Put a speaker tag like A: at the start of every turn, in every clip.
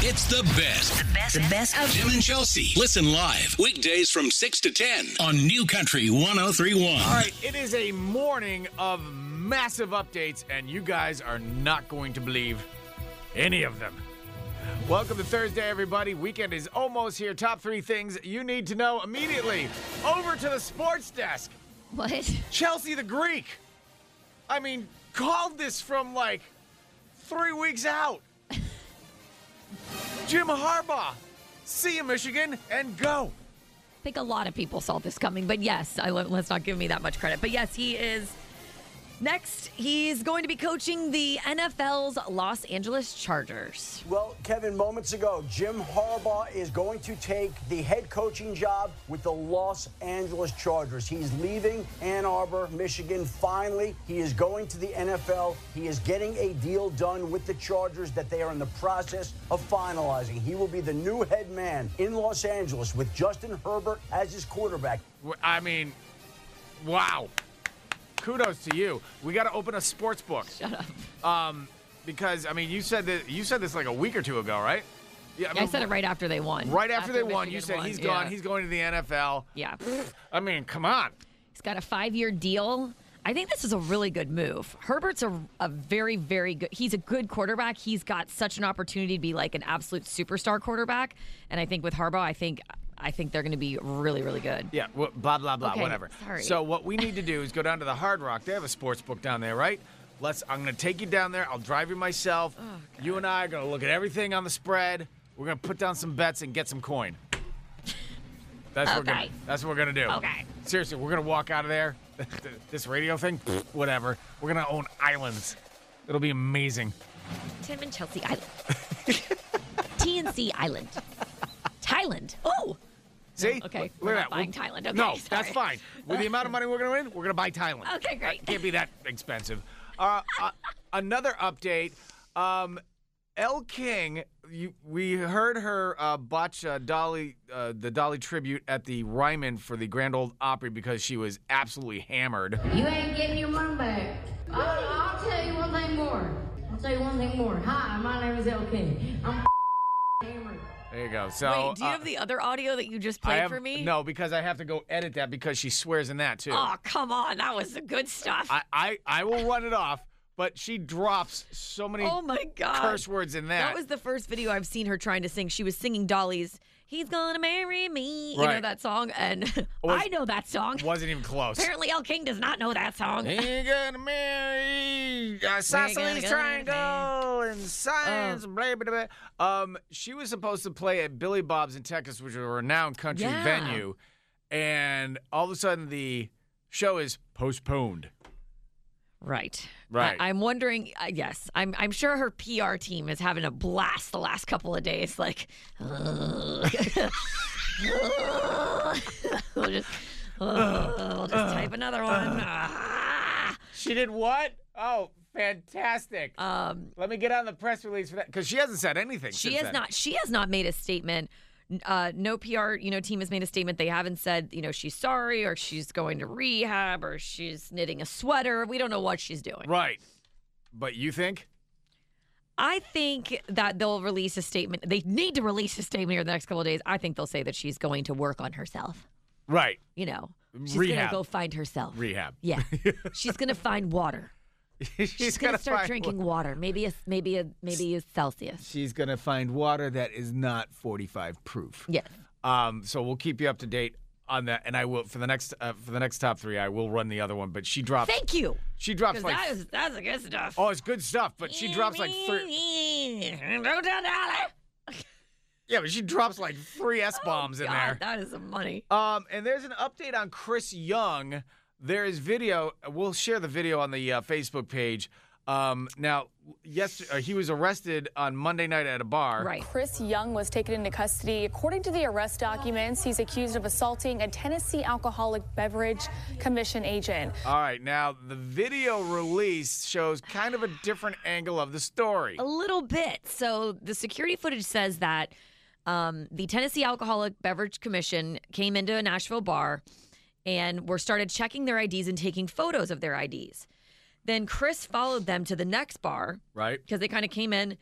A: It's the best.
B: The best, the best of
A: Jim and Chelsea. Listen live weekdays from 6 to 10 on New Country 1031.
C: All right, it is a morning of massive updates, and you guys are not going to believe any of them. Welcome to Thursday, everybody. Weekend is almost here. Top three things you need to know immediately. Over to the sports desk.
D: What?
C: Chelsea the Greek. I mean, called this from like three weeks out. Jim Harbaugh. See you, Michigan, and go.
D: I think a lot of people saw this coming, but yes, I, let- let's not give me that much credit. But yes, he is. Next, he's going to be coaching the NFL's Los Angeles Chargers.
E: Well, Kevin, moments ago, Jim Harbaugh is going to take the head coaching job with the Los Angeles Chargers. He's leaving Ann Arbor, Michigan. Finally, he is going to the NFL. He is getting a deal done with the Chargers that they are in the process of finalizing. He will be the new head man in Los Angeles with Justin Herbert as his quarterback.
C: W- I mean, wow. Kudos to you. We got to open a sports book. Shut up. Um, because I mean, you said that you said this like a week or two ago, right? Yeah,
D: I said it right after they won.
C: Right after, they won, you
D: Michigan
C: said
D: won.
C: he's gone.
D: Yeah.
C: He's going to the NFL.
D: yeah.
C: I mean, come on.
D: He's got a five year deal. I think this is a really good move. Herbert's a, a very, very good. He's a good quarterback. He's got such an opportunity to be like an absolute superstar quarterback. And I think with Harbaugh, I think I think they're going to be really, really good.
C: Yeah, wha- blah blah blah,
D: Okay,
C: whatever.
D: sorry.
C: So what we need to do is go down to the Hard Rock. They have a sports book down there, right? Let's. I'm gonna take you down there. I'll drive you myself.
D: Oh,
C: you and I are gonna look at everything on the spread. We're gonna put down some bets and get some coin. That's what we're gonna.
D: Okay.
C: That's what we're gonna do.
D: Okay.
C: Seriously, we're gonna walk out of there. this radio thing, whatever. We're gonna own islands. It'll be amazing.
D: Tim and Chelsea Island. TNC Island. Thailand. Oh,
C: See?
D: okay.
C: Look
D: We're
C: at
D: not buying
C: that. We'll-
D: Thailand. Okay,
C: no, that's fine.
D: sorry.
C: With the amount of money we're going to win, we're going to buy Thailand.
D: Okay, great.
C: That can't be that expensive. Uh, uh, another update. Um, Elle King, you, we heard her uh, botch uh, Dolly, uh, the Dolly tribute at the Ryman for the Grand Old Opry because she was absolutely hammered.
F: You ain't getting your money back. Oh, I'll, I'll tell you one thing more. I'll tell you one thing more. Hi, my name is LK. I'm hammered.
C: There you go. So
D: wait. Do you
C: uh,
D: have the other audio that you just
C: I
D: played
C: have-
D: for me?
C: No, because I have to go edit that because she swears in that too.
D: Oh, come on. That was the good stuff.
C: I, I, I will run it off, but she drops so many
D: oh my god.
C: curse words in that.
D: That was the first video I've seen her trying to sing. She was singing Dolly's "He's Gonna Marry Me," you know
C: Right.
D: that song, and
C: Was-
D: I know that song.
C: Wasn't even close.
D: Apparently, El King does not know that song.
C: Ain't gonna marry uh,
D: gonna
C: Sicily's
D: go
C: Triangle and science,
D: Oh.
C: blah, blah, blah. Um, she was supposed to play at Billy Bob's in Texas, which is a renowned country
D: Yeah.
C: venue. And all of a sudden, the show is postponed.
D: Right.
C: Right.
D: I, am wondering. Uh, yes, I'm. I'm sure her PR team is having a blast the last couple of days. Like, ugh. we'll just, ugh, we'll just type another
C: Uh,
D: one. Ah.
C: She did what? Oh, fantastic.
D: um.
C: Let me get on the press release for that because she hasn't said anything.
D: She
C: since
D: has
C: then.
D: not. She has not made a statement. N- Uh, no PR, you know, team has made a statement. They haven't said, you know, she's sorry or she's going to rehab or she's knitting a sweater. We don't know what she's doing.
C: Right. But you think?
D: I think that they'll release a statement. They need to release a statement here in the next couple of days. I think they'll say that she's going to work on herself.
C: Right.
D: You know, she's
C: Rehab.
D: gonna go find herself.
C: Rehab.
D: yeah, she's gonna find water.
C: She's,
D: She's gonna
C: gotta
D: start
C: find
D: drinking water. Maybe a maybe a maybe a Celsius.
C: she's going to find water that is not 45 proof.
D: Yes.
C: Um, so we'll keep you up to date on that, and I will for the next uh, for the next top three. I will run the other one, but she drops.
D: Thank you.
C: she drops
D: 'Cause
C: like
D: that is that's the good stuff.
C: oh, it's good stuff, but she drops like three.
D: Don't tell Dolly.
C: Yeah, but she drops like three s bombs in
D: Oh, God,
C: there.
D: That is some money.
C: Um, and there's an update on Chris Young. There is video. We'll share the video on the uh, Facebook page. Um, now, yesterday uh, he was arrested on Monday night at a bar.
D: Right.
G: Chris Young was taken into custody. According to the arrest documents, he's accused of assaulting a Tennessee Alcoholic Beverage Commission agent.
C: All right. Now the video release shows kind of a different angle of the story.
D: A little bit. So the security footage says that um, the Tennessee Alcoholic Beverage Commission came into a Nashville bar and were started checking their IDs and taking photos of their IDs. Then Chris followed them to the next bar
C: Right.
D: because they kind of came in,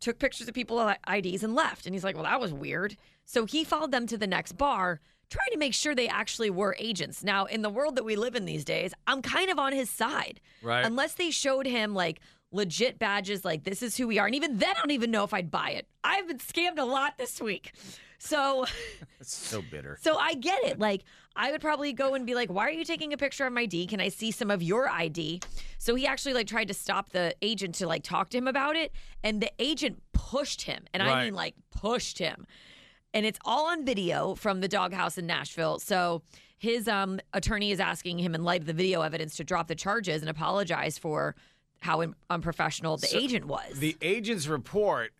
D: took pictures of people's IDs and left. And he's like, well, that was weird. So he followed them to the next bar, trying to make sure they actually were agents. Now, in the world that we live in these days, I'm kind of on his side.
C: Right.
D: Unless they showed him like legit badges, like this is who we are. And even then, I don't even know if I'd buy it. I've been scammed a lot this week. So.
C: So bitter.
D: So I get it. Like, I would probably go and be like, why are you taking a picture of my D? Can I see some of your ID? So he actually like tried to stop the agent to like talk to him about it. And the agent pushed him. And I
C: Right.
D: mean like pushed him. And it's all on video from the doghouse in Nashville. So his um attorney is asking him in light of the video evidence to drop the charges and apologize for how un- unprofessional the agent was.
C: The agent's report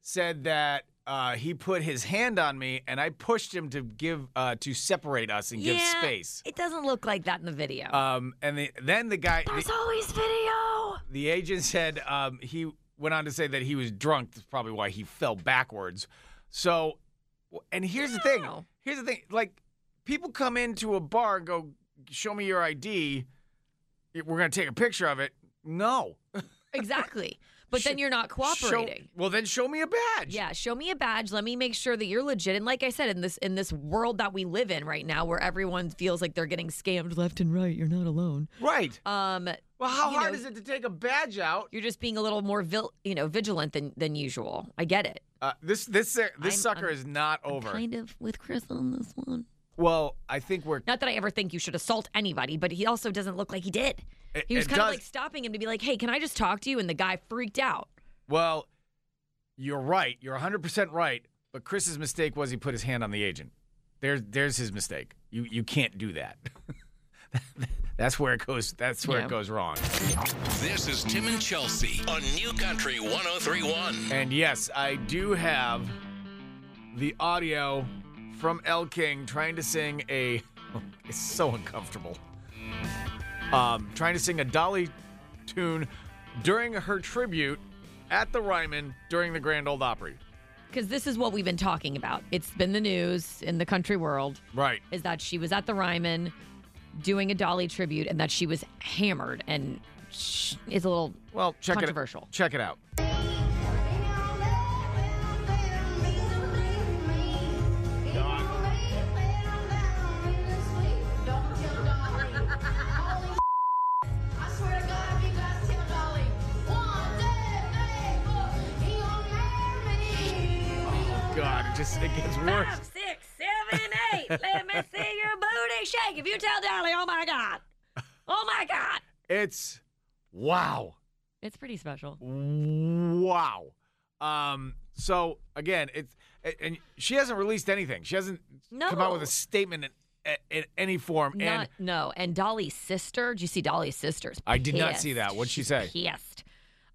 C: said that uh, he put his hand on me, and I pushed him to give uh, to separate us and give
D: Yeah,
C: space.
D: It doesn't look like that in the video.
C: Um, and the, then the guy, the,
D: There's always video.
C: the agent said um, he went on to say that he was drunk. That's probably why he fell backwards. So, w- and here's the thing.
D: Wow.
C: Here's the thing. Like, people come into a bar and go, "Show me your ID. We're gonna take a picture of it." No,
D: Exactly. But then you're not cooperating.
C: Show, well, then show me a badge.
D: yeah, show me a badge. Let me make sure that you're legit. And like I said, in this in this world that we live in right now, where everyone feels like they're getting scammed left and right, you're not alone.
C: Right.
D: Um,
C: Well, how
D: you
C: hard
D: know-
C: is it to take a badge out?
D: you're just being a little more vil- you know vigilant than than usual. I get it.
C: Uh, this this this
D: I'm-
C: sucker
D: I'm-
C: is not over.
D: Kind of with Chris on this one.
C: well, I think we're
D: Not that I ever think you should assault anybody, but he also doesn't look like he did.
C: It-
D: He was
C: it
D: kind of
C: does-
D: like stopping him to be like, "Hey, can I just talk to you?" And the guy freaked out.
C: well. You're right. You're 100 percent right. But Chris's mistake was he put his hand on the agent. There's there's his mistake. You you can't do that. that's where it goes. That's where
D: Yeah.
C: it goes wrong.
A: This is Tim and Chelsea on New Country 1031.
C: And yes, I do have the audio from El King trying to sing a. It's so uncomfortable. Um, trying to sing a Dolly tune during her tribute at the Ryman during the Grand Old Opry.
D: Because this is what we've been talking about. It's been the news in the country world.
C: Right.
D: is that she was at the Ryman doing a Dolly tribute and that she was hammered and sh- is a little
C: Well, check it
D: controversial.
C: out. Check it out. Oh, God, it just it gets worse.
D: six, seven, eight. Let me see your booty shake. If you tell Dolly, oh my God. Oh my God.
C: It's wow.
D: It's pretty special.
C: Wow. Um, so again, it's a- and she hasn't released anything. She hasn't come out with
D: No.
C: a statement in, in any form. and
D: Not, no. And Dolly's sister, did you see Dolly's sister's?
C: I did not see
D: pissed.
C: that. What'd she
D: She's
C: say?
D: Pissed.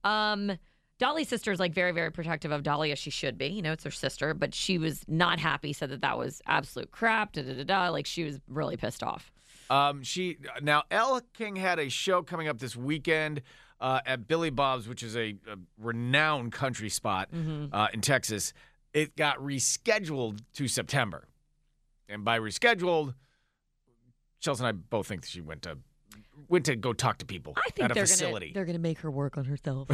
D: Um, Dolly's sister is like very, very protective of Dolly as she should be. You know, it's her sister, but she was not happy. Said that that was absolute crap. Da da da da. Like she was really pissed off.
C: um, she now Elle King had a show coming up this weekend uh, at Billy Bob's, which is a, a renowned country spot
D: Mm-hmm.
C: uh, in Texas. It got rescheduled to September, and by rescheduled, Chelsea and I both think that she went to went to go talk to people
D: I think
C: at a
D: they're
C: facility.
D: gonna they're gonna make her work on herself.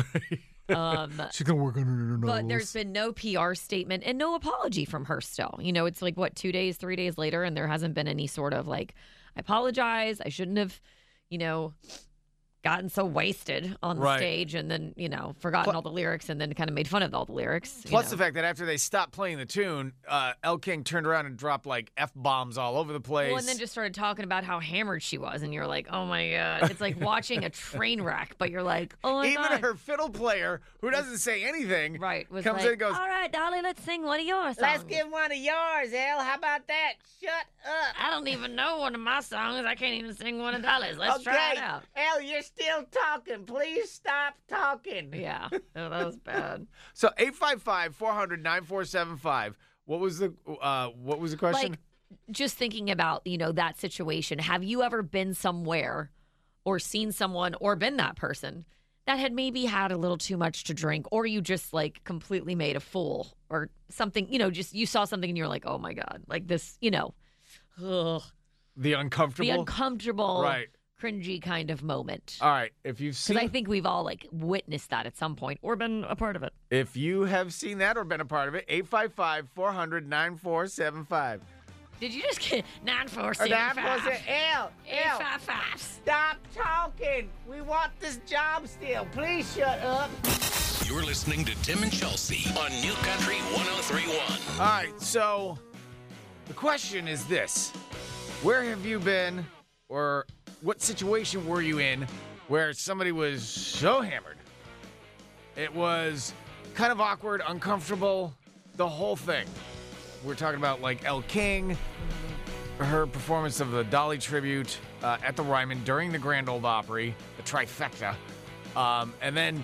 D: um,
B: She's gonna work on her
D: but there's been no PR statement and no apology from her. Still, you know, it's like what two days, three days later, and there hasn't been any sort of like, I apologize. I shouldn't have, you know. Gotten so wasted on the
C: Right.
D: stage, and then you know forgotten all the lyrics, and then kind of made fun of all the lyrics. you
C: Plus the
D: know.
C: fact that after they stopped playing the tune, uh, El King turned around and dropped like f bombs all over the place.
D: Well, and then just started talking about how hammered she was, and you're like, oh my god, it's like watching a train wreck. But you're like, oh my
C: even
D: god,
C: her fiddle player, who doesn't say anything,
D: right? Was
C: comes
D: like,
C: in and goes,
D: all right, Dolly, let's sing one of yours.
H: Let's give one of yours, El. How about that? Shut up.
D: I don't even know one of my songs. I can't even sing one of Dolly's. Let's try it out.
H: El, you're still talking. Please stop talking.
D: Yeah, oh, that was bad.
C: So 855 400 9475. What was the uh, what was the question?
D: Like, just thinking about you know that situation. Have you ever been somewhere, or seen someone, or been that person that had maybe had a little too much to drink, or you just like completely made a fool, or something? You know, just you saw something and you're like, oh my god, like this. You know, ugh,
C: the
D: the
C: uncomfortable.
D: uncomfortable
C: Right.
D: cringy kind of moment.
C: All right. If you've seen
D: Because I think we've all like witnessed that at some point or been a part of it.
C: If you have seen that or been a part of it, 855 400 9475.
D: Did you just get nine four
H: Or
D: six
H: that was it.
D: five? Eight
H: Ew, ew.
D: five fives.
H: Stop talking. We want this job still. Please shut up.
A: You're listening to Tim and Chelsea on New Country 1031.
C: All right. So the question is this Where have you been or what situation were you in where somebody was so hammered? It was kind of awkward, uncomfortable, the whole thing. We're talking about like El King, her performance of the Dolly tribute uh, at the Ryman during the Grand Ole Opry, the trifecta, um, and then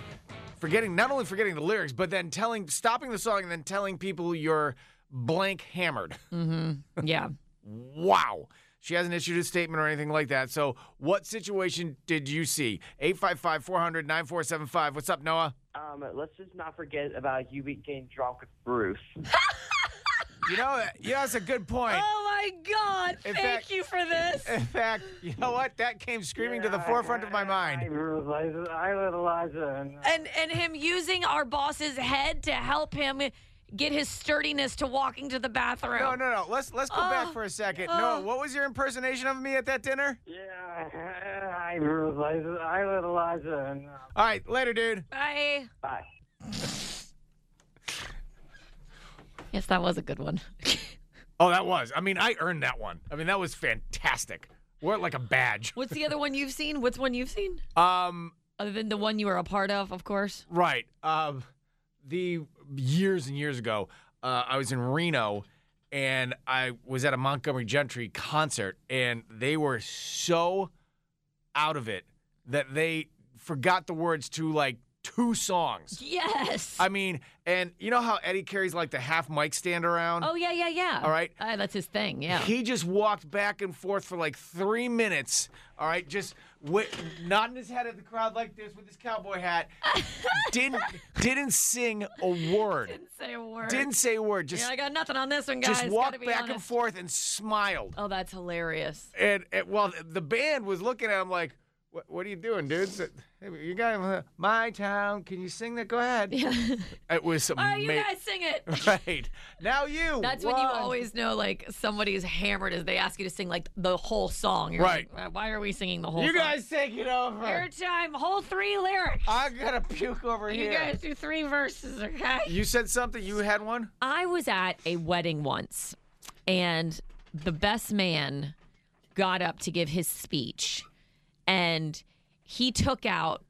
C: forgetting not only forgetting the lyrics, but then telling stopping the song and then telling people you're blank hammered.
D: Yeah.
C: Wow. She hasn't issued a statement or anything like that. So, what situation did you see? 855 400 9475. What's up, Noah?
B: Um, let's just not forget about you getting drunk with Bruce.
C: You know, yeah, that's a good point.
D: Oh my God.
C: In
D: Thank
C: fact-
D: you for this.
C: In fact, you know what? That came screaming to the forefront of my
B: I
C: mind.
B: realize I realize and
D: And and him using our boss's head to help him get his sturdiness to walking to the bathroom.
C: No, no, no. Let's let's go back for a second. Noah, what was your impersonation of me at that dinner?
B: yeah, I realize I realize and
C: All right, later, dude.
D: Bye.
B: bye.
D: Yes, that was a good one.
C: Oh, that was. I mean, I earned that one. I mean, that was fantastic. Wore it like a badge.
D: What's the other one you've seen? What's one you've seen?
C: Um,
D: Other than the one you were a part of, of course.
C: Right. Um, the years and years ago, uh, I was in Reno, and I was at a Montgomery Gentry concert, and they were so out of it that they forgot the words to like two songs.
D: Yes.
C: I mean, and you know how Eddie carries like the half mic stand around.
D: oh yeah, yeah, yeah.
C: All right.
D: Uh, that's his thing. Yeah.
C: He just walked back and forth for like three minutes. All right, just w- nodding his head at the crowd like this with his cowboy hat. didn't didn't sing a word.
D: Say a word.
C: Didn't say a word. Just
D: Yeah, I got nothing on this one, guys.
C: just
D: Gotta
C: walked
D: be
C: back and
D: honest.
C: forth and smiled.
D: Oh, that's hilarious.
C: And, and well, the band was looking at him like, "What, what are you doing, dude? So, hey, you got him, uh, my town. Can you sing that? Go ahead."
D: Yeah.
C: It was
D: All right, you
C: ama-
D: guys sing it.
C: Right now, you.
D: That's when you
C: One,
D: always know, like, somebody's hammered as they ask you to sing, like, the whole song. You're
C: Right.
D: like, why are we singing the whole
C: You
D: song?
C: guys take it over.
D: Your time, whole three lyrics.
C: I gotta puke over
D: You
C: here.
D: guys do three verses, okay?
C: You said something. You had one.
D: I was at a wedding once, and the best man got up to give his speech, and he took out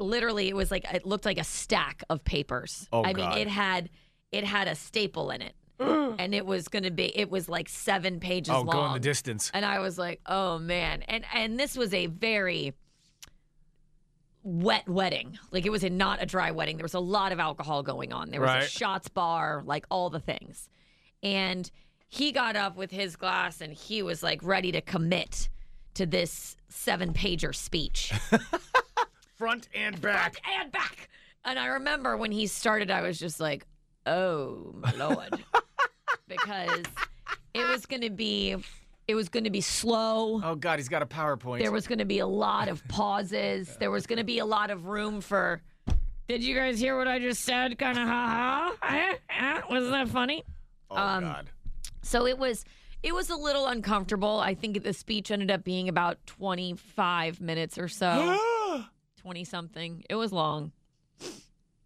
D: literally it was like it looked like a stack of papers.
C: Oh,
D: I
C: God.
D: mean, it had it had a staple in it, and it was going to be it was like seven pages
C: Oh,
D: long.
C: go in the distance.
D: And I was like, oh man. And and this was a very wet wedding. Like it was a not a dry wedding. There was a lot of alcohol going on. There was a
C: Right.
D: shots bar, like all the things. And he got up with his glass and he was like ready to commit to this seven pager speech
C: Front and back.
D: and back. And I remember when he started, I was just like, oh my lord. because it was gonna be it was gonna be slow.
C: Oh God, he's got a PowerPoint.
D: There was going to be a lot of pauses. There was going to be a lot of room for. Did you guys hear what I just said? Kind of ha ha. Eh, eh, Wasn't that funny?
C: oh
D: um,
C: God.
D: So it was. It was a little uncomfortable. I think the speech ended up being about 25 minutes or so, 20 something. It was long.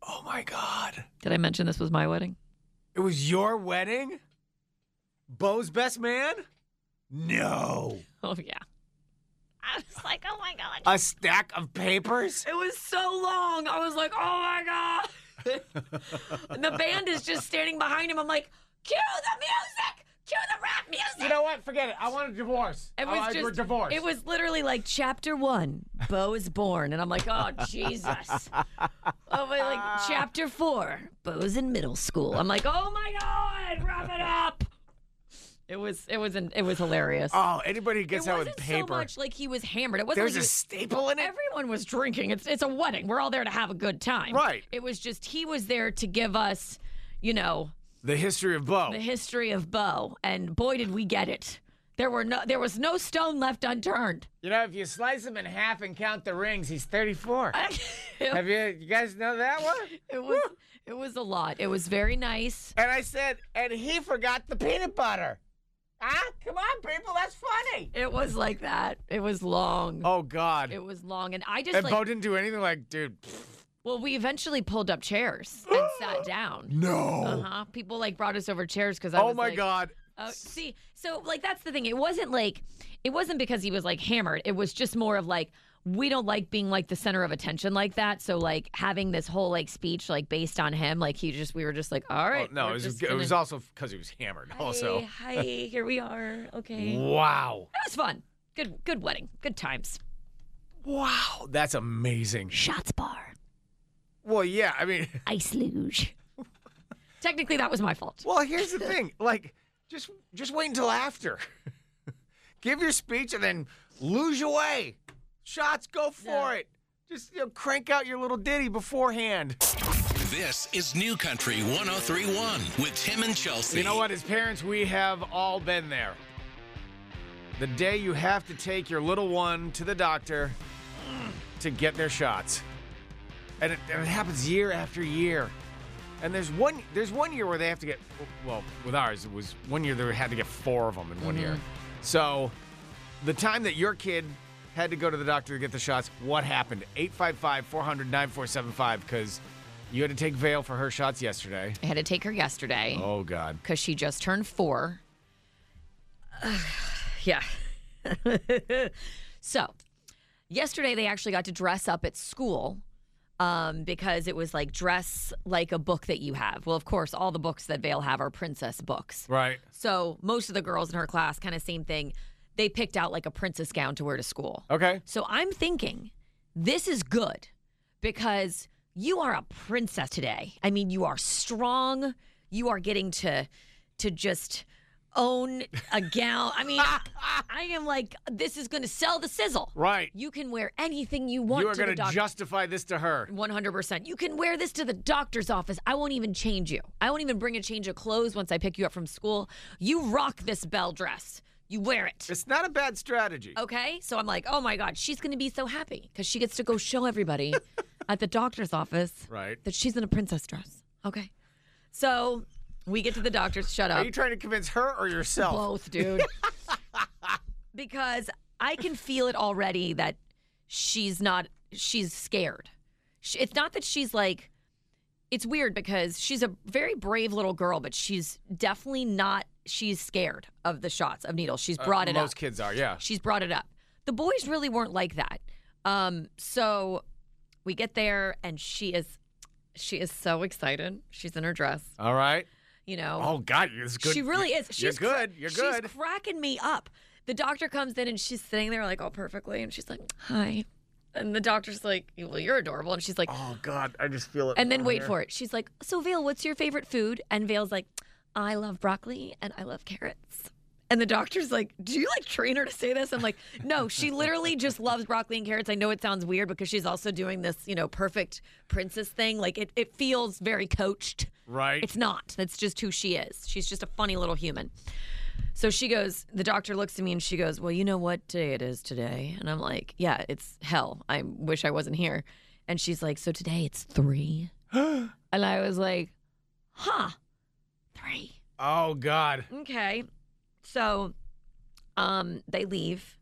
C: oh my God.
D: Did I mention this was my wedding?
C: It was your wedding. Bo's best man. No.
D: Oh yeah. I was like, oh my god.
C: A stack of papers.
D: It was so long. I was like, oh my God. and the band is just standing behind him. I'm like, cue the music. Cue the rap music.
C: You know what? Forget it. I want a divorce.
D: it
C: I,
D: was
C: we're
D: just
C: divorced.
D: It was literally like chapter one, Bo is born. And I'm like, oh Jesus. oh, but like chapter four, Bo's in middle school. I'm like, oh my God, wrap it up. It was it was an, it was hilarious.
C: Oh, anybody who gets
D: it
C: out
D: wasn't
C: with paper.
D: so much like he was hammered. It wasn't
C: There's
D: like he
C: a
D: was-
C: staple in it.
D: Everyone was drinking. It's it's a wedding. We're all there to have a good time.
C: Right.
D: It was just he was there to give us, you know,
C: the history of Bo.
D: the history of Bo, and boy did we get it. There were no there was no stone left unturned.
H: You know, if you slice him in half and count the rings, he's 34.
D: it,
H: Have you, you guys know that one?
D: it was it was a lot. It was very nice.
H: And I said, and he forgot the peanut butter. Huh? Come on, people, that's funny.
D: It was like that. It was long.
C: Oh God.
D: It was long, and I just
C: and
D: like
C: Bo didn't do anything. Like, dude,
D: well, we eventually pulled up chairs and sat down.
C: no.
D: Uh huh. People like brought us over chairs because I
C: Oh
D: was
C: my
D: like,
C: God.
D: Oh, see, so like that's the thing. It wasn't like it wasn't because he was like hammered. It was just more of like we don't like being like the center of attention like that. So like having this whole like speech like based on him, like he just we were just like, all
C: Oh,
D: right,
C: no,
D: we're
C: it was,
D: just
C: it was
D: gonna-
C: also because he was hammered. Also,
D: Hi, hi, here we are.
C: Mm.
D: Okay, it
C: wow,
D: was fun. Good, good wedding. Good times.
C: wow, that's amazing.
D: Shots bar,
C: Well, yeah, I mean,
D: ice luge. Technically, that was my fault.
C: well, here's the thing. Like, just just wait until after. Give your speech and then lose your way. Shots, go for it. Just you know, crank out your little ditty beforehand.
A: This is New Country 1031 with Tim and Chelsea.
C: You know what? As parents, we have all been there. The day you have to take your little one to the doctor to get their shots. And it, and it happens year after year. And there's one there's one year where they have to get well, with ours it was one year they had to get four of them in one year. So the time that your kid had to go to the doctor to get the shots, what happened? 855-400-9475 cuz you had to take Vale for her shots yesterday.
D: I had to take her yesterday.
C: Oh god.
D: because she just turned four. yeah. so, yesterday they actually got to dress up at school um, because it was like dress like a book that you have. Well, of course, all the books that Vale have are princess books.
C: Right.
D: So, most of the girls in her class, kind of same thing, they picked out like a princess gown to wear to school.
C: Okay.
D: So I'm thinking this is good because you are a princess today. I mean, you are strong. You are getting to to just own a gown. I mean, I am like this is going to sell the sizzle.
C: Right.
D: You can wear anything you want
C: You are
D: to the
C: going to
D: doctor.
C: justify this to her.
D: 100%. You can wear this to the doctor's office. I won't even change you. I won't even bring a change of clothes once I pick you up from school. You rock this bell dress. You wear it.
C: It's not a bad strategy.
D: Okay. So I'm like, oh my God, she's going to be so happy because she gets to go show everybody at the doctor's office
C: Right.
D: that she's in a princess dress. Okay. So we get to the doctor's, shut
C: Are
D: up.
C: you trying to convince her or yourself?
D: oh. Both, dude. because I can feel it already that she's not, she's scared. Sh it's not that she's like, it's weird because she's a very brave little girl, but she's definitely not, she's scared of the shots of needles. She's brought it
C: Uh, Most
D: up.
C: kids are, yeah.
D: She's brought it up. The boys really weren't like that. Um, so we get there and she is she is so excited. She's in her dress,
C: All right.
D: you know.
C: Oh, God. It's good.
D: She really is.
C: You're
D: She's cra-
C: good. You're good.
D: She's cracking me up. The doctor comes in and she's sitting there like all perfectly and she's like, "Hi." And the doctor's like, "Well, you're adorable." And she's like,
C: oh, God. I just feel it.
D: and then
C: from
D: wait
C: here.
D: for it. She's like, "So Vale, what's your favorite food?" And Vale's like, "I love broccoli and I love carrots." And the doctor's like, "Do you like train her to say this?" I'm like, "No, she literally just loves broccoli and carrots." I know it sounds weird because she's also doing this, you know, perfect princess thing. Like it, it feels very coached.
C: Right.
D: It's not. That's just who she is. She's just a funny little human. So she goes, the doctor looks at me and she goes, Well, you know what day it is today? And I'm like, Yeah, it's hell. I wish I wasn't here. And she's like, So today it's three. and I was like, Huh, three.
C: oh, God.
D: Okay. So um they leave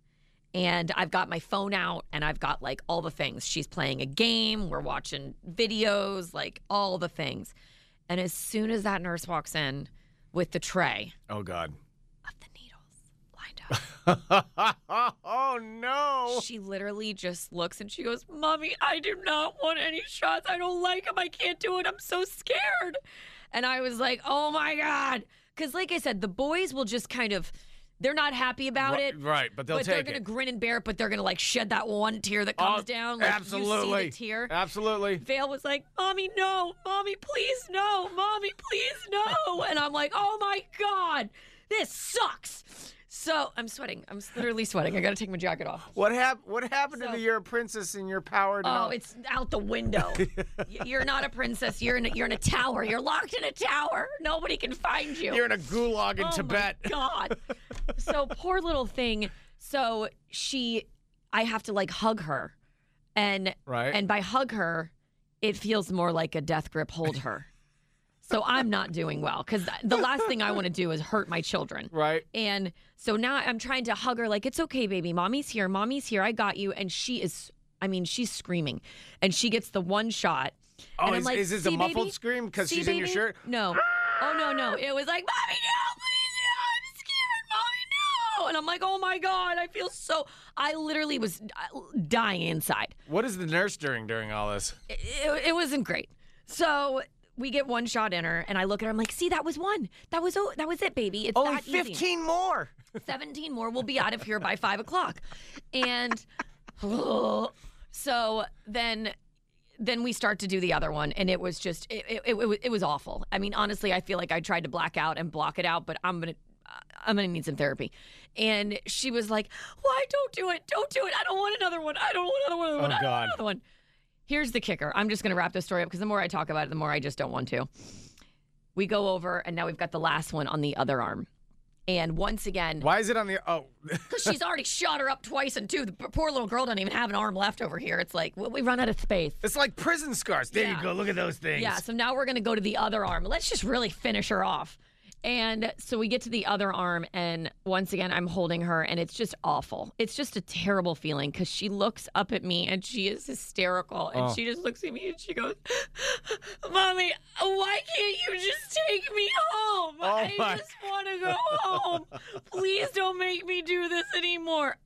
D: and I've got my phone out and I've got like all the things. She's playing a game, we're watching videos, like all the things. And as soon as that nurse walks in with the tray
C: Oh, God.
D: of the needles lined up,
C: oh, no.
D: she literally just looks and she goes, Mommy, I do not want any shots. I don't like them. I can't do it. I'm so scared. And I was like, Oh my God. Because, like I said, the boys will just kind of, they're not happy about
C: Ri-
D: it.
C: right, but they'll
D: but they're
C: take
D: gonna
C: it.
D: grin and bear it, but they're going to like shed that one tear that comes
C: Oh,
D: down. Like,
C: absolutely.
D: You see the tear.
C: Absolutely.
D: Vale was like, Mommy, no, Mommy, please, no, Mommy, please, no. And I'm like, Oh my God, this sucks. So I'm sweating. I'm literally sweating. I got to take my jacket off.
C: What, hap- what happened
D: So-
C: to the You're a Princess and You're Powered? and
D: Oh,
C: all-
D: it's out the window. Y- you're not a princess. You're in a, you're in a tower. You're locked in a tower. Nobody can find you.
C: You're in a gulag in
D: oh
C: Tibet.
D: My God. so poor little thing. So she, I have to like hug her, and
C: Right.
D: and by hug her, it feels more like a death grip hold her. so I'm not doing well because the last thing I want to do is hurt my children.
C: Right.
D: And so now I'm trying to hug her, like, it's okay, baby. Mommy's here. Mommy's here. I got you. And she is, I mean, she's screaming. And she gets the one shot.
C: Oh,
D: and I'm
C: is-
D: like,
C: is this a
D: "See,
C: muffled
D: baby?
C: scream 'cause
D: See,
C: she's in your
D: baby?"
C: shirt?
D: No. Oh, no, no. It was like, Mommy, no, please, no. I'm scared. Mommy, no. And I'm like, oh my God, I feel so. I literally was uh, dying inside
C: What is the nurse doing during all this?
D: it, it wasn't great. So we get one shot in her, and I look at her. I'm like, "See, that was one. That was oh, that was it, baby. It's
H: Only
D: that easy.
H: 15 more.
D: 17 more. We'll be out of here by five o'clock." And so then, then we start to do the other one, and it was just it, it, it, was- it was awful. I mean, honestly, I feel like I tried to black out and block it out, but I'm gonna. I'm gonna need some therapy, and she was like, "Why don't do it? Don't do it! I don't want another one! I don't want another one! I don't
C: God.
D: want another one!" Here's the kicker. I'm just going to wrap this story up because the more I talk about it, the more I just don't want to. We go over, and now we've got the last one on the other arm. And once again,
C: Why is it on the? Oh,
D: because she's already shot her up twice, and two, the p- poor little girl doesn't even have an arm left over here. It's like, well, we run out of space.
C: it's like prison scars. There
D: Yeah.
C: you go. Look at those things.
D: Yeah, so now we're going to go to the other arm. Let's just really finish her off. And so we get to the other arm, and once again, I'm holding her, and it's just awful. It's just a terrible feeling because she looks up at me and she is hysterical.
C: Oh.
D: And she just looks at me and she goes, Mommy, why can't you just take me home? I
C: Oh my-
D: just want to go home. Please don't make me do this anymore.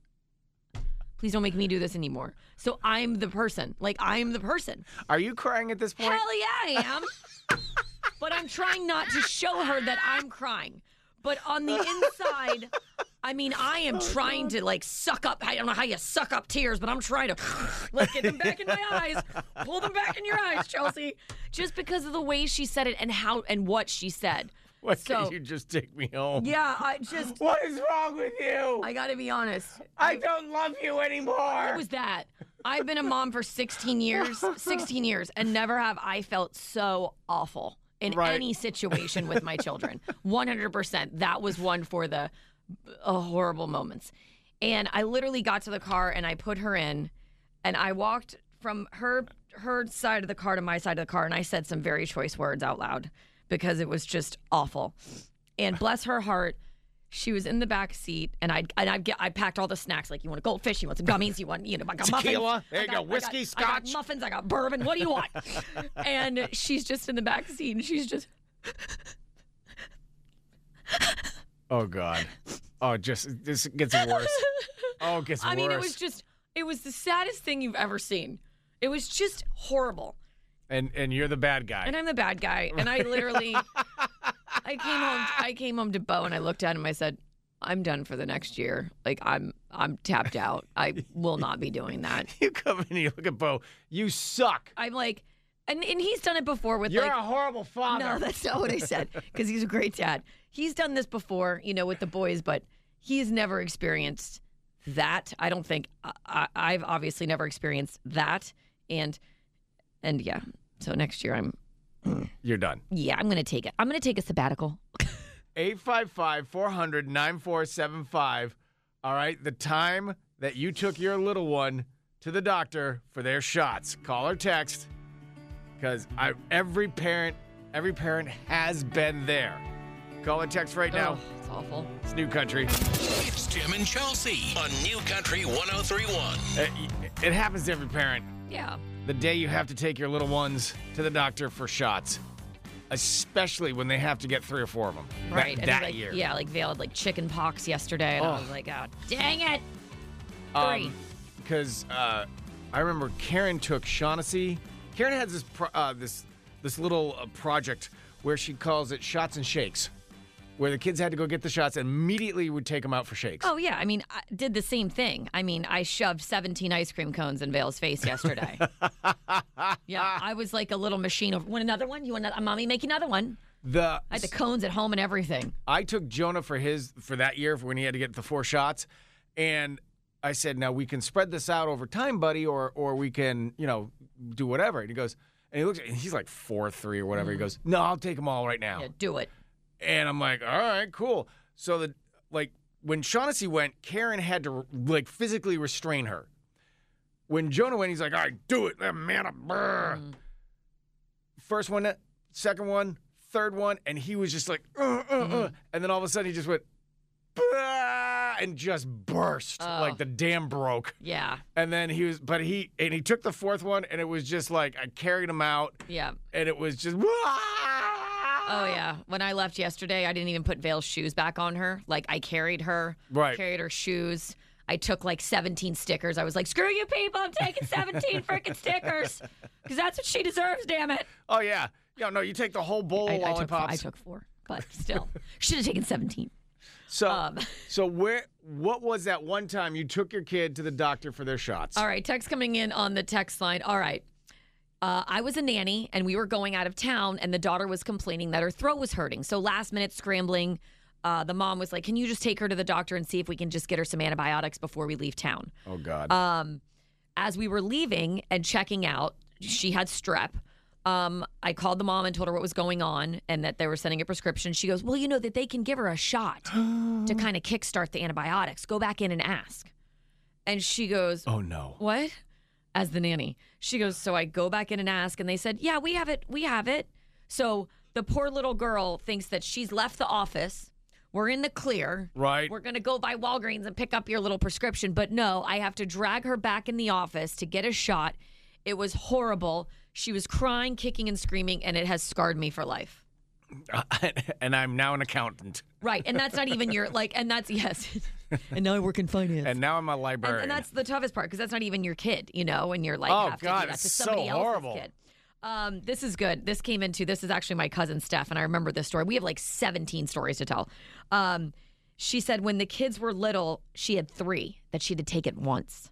D: Please don't make me do this anymore. So I'm the person. Like, I'm the person.
C: Are you crying at this point?
D: Hell yeah, I am. but I'm trying not to show her that I'm crying. But on the inside, I mean, I am trying to like suck up. I don't know how you suck up tears, but I'm trying to like get them back in my eyes, pull them back in your eyes, Chelsea, just because of the way she said it and how and what she said.
C: Why
D: so-
C: can't you just take me home?
D: Yeah, I just,
H: What is wrong with you?
D: I gotta be honest.
H: I don't love you anymore.
D: What was that? I've been a mom for 16 years, 16 years, and never have I felt so awful in
C: Right.
D: any situation with my children. 100%. That was one for the uh, horrible moments. And I literally got to the car and I put her in and I walked from her her side of the car to my side of the car and I said some very choice words out loud because it was just awful. And bless her heart, she was in the back seat, and I and I get I packed all the snacks. Like you want a goldfish, you want some gummies, you want you know I got muffins,
C: Tequila. There
D: I
C: you
D: got-
C: go.
D: I got-
C: Whiskey,
D: I got
C: scotch.
D: muffins. I got bourbon. What do you want? and she's just in the back seat, and she's just
C: Oh God. Oh, just this gets worse. Oh, it gets
D: I
C: worse.
D: mean, it was just it was the saddest thing you've ever seen. It was just horrible.
C: and and you're the bad guy.
D: And I'm the bad guy, and I literally I came home I came home to Bo, and I looked at him. I said. I'm done for the next year. Like I'm, I'm tapped out. I will not be doing that.
C: you come in and you look at Bo. You suck.
D: I'm like, and, and he's done it before with
C: You're
D: like,
C: a horrible father.
D: no, that's not what I said because he's a great dad. He's done this before, you know, with the boys, but he's never experienced that. I don't think I, I, I've obviously never experienced that, and and yeah. So next year, I'm
C: You're done.
D: yeah, I'm gonna take it. I'm gonna take a sabbatical.
C: 855 400 9475. All right. The time that you took your little one to the doctor for their shots. Call or text because I every parent every parent has been there. Call or text right now.
D: Oh, it's awful.
C: It's new country. Uh,
A: It's Tim and Chelsea on New Country 1031.
C: It, it happens to every parent.
D: Yeah.
C: The day you have to take your little ones to the doctor for shots, especially when they have to get three or four of them that-
D: Right.
C: that,
D: And like,
C: year.
D: Yeah, like veiled like chicken pox yesterday, and I was like, oh, dang it.
C: Um,
D: Three.
C: because uh, I remember Karen took Shaughnessy. Karen has this pro- uh, this this little uh, project where she calls it shots and shakes, where the kids had to go get the shots and immediately would take them out for shakes.
D: Oh yeah, I mean, I did the same thing. I mean, I shoved 17 ice cream cones in Vale's face yesterday. yeah, I was like a little machine of want another one? You want another? Mommy, make another one.
C: The
D: I had the cones at home and everything.
C: I took Jonah for his for that year for when he had to get the four shots, and I said, "Now we can spread this out over time, buddy, or or we can you know do whatever." And he goes, and he looks, and he's like four three or whatever. He
D: Mm-hmm.
C: goes, Oh. "No, I'll take them all right now."
D: Yeah, do it.
C: And I'm like, all right, cool. So the like when Shaughnessy went, Karen had to like physically restrain her. When Jonah went, he's like, "I do it, that man." uh, brr."
D: Mm-hmm.
C: First one, eh, second one, third one, and he was just like, uh, uh, uh,"
D: Mm-hmm.
C: and then all of a sudden he just went, "Bah," and just burst
D: Oh.
C: like the dam broke.
D: Yeah.
C: And then he was, but he and he took the fourth one, and it was just like I carried him out,
D: Yeah.
C: and it was just. "Wah!"
D: Oh yeah. When I left yesterday, I didn't even put Vale's shoes back on her. Like I carried her.
C: Right.
D: Carried her shoes. I took like 17 stickers. I was like, "Screw you, people! I'm taking 17 freaking stickers because that's what she deserves. Damn it!"
C: Oh yeah. No, no, you take the whole bowl
D: I,
C: of
D: I took, four-
C: lollipops.
D: I took four, but still, should have taken 17.
C: so,
D: um.
C: so where? What was that one time you took your kid to the doctor for their shots?
D: All right, text coming in on the text line. All right. Uh, I was a nanny and we were going out of town, and the daughter was complaining that her throat was hurting. So, last minute scrambling, uh, the mom was like, Can you just take her to the doctor and see if we can just get her some antibiotics before we leave town?
C: Oh God.
D: uh, as we were leaving and checking out, she had strep. Um, I called the mom and told her what was going on and that they were sending a prescription. She goes, Well, you know that they can give her a shot to kind of kickstart the antibiotics. Go back in and ask. And she goes,
C: oh no.
D: What? As the nanny. She goes, So I go back in and ask, and they said, Yeah, we have it. We have it. So the poor little girl thinks that she's left the office. We're in the clear.
C: Right.
D: We're going to go by Walgreens and pick up your little prescription. But no, I have to drag her back in the office to get a shot. It was horrible. She was crying, kicking, and screaming, and it has scarred me for life.
C: and I'm now an accountant,
D: Right. And that's not even your, like, and that's, yes. and now I work in finance.
C: and now I'm a
D: And,
C: librarian.
D: and that's the toughest part because that's not even your kid, you know, and you're like,
C: Oh,
D: have to do
C: God,
D: that
C: it's
D: to
C: so
D: somebody else's
C: horrible.
D: kid. Um, this is good. This came into this is actually my cousin Steph, and I remember this story. We have like 17 stories to tell. Um, she said when the kids were little, she had three that she had to take at once.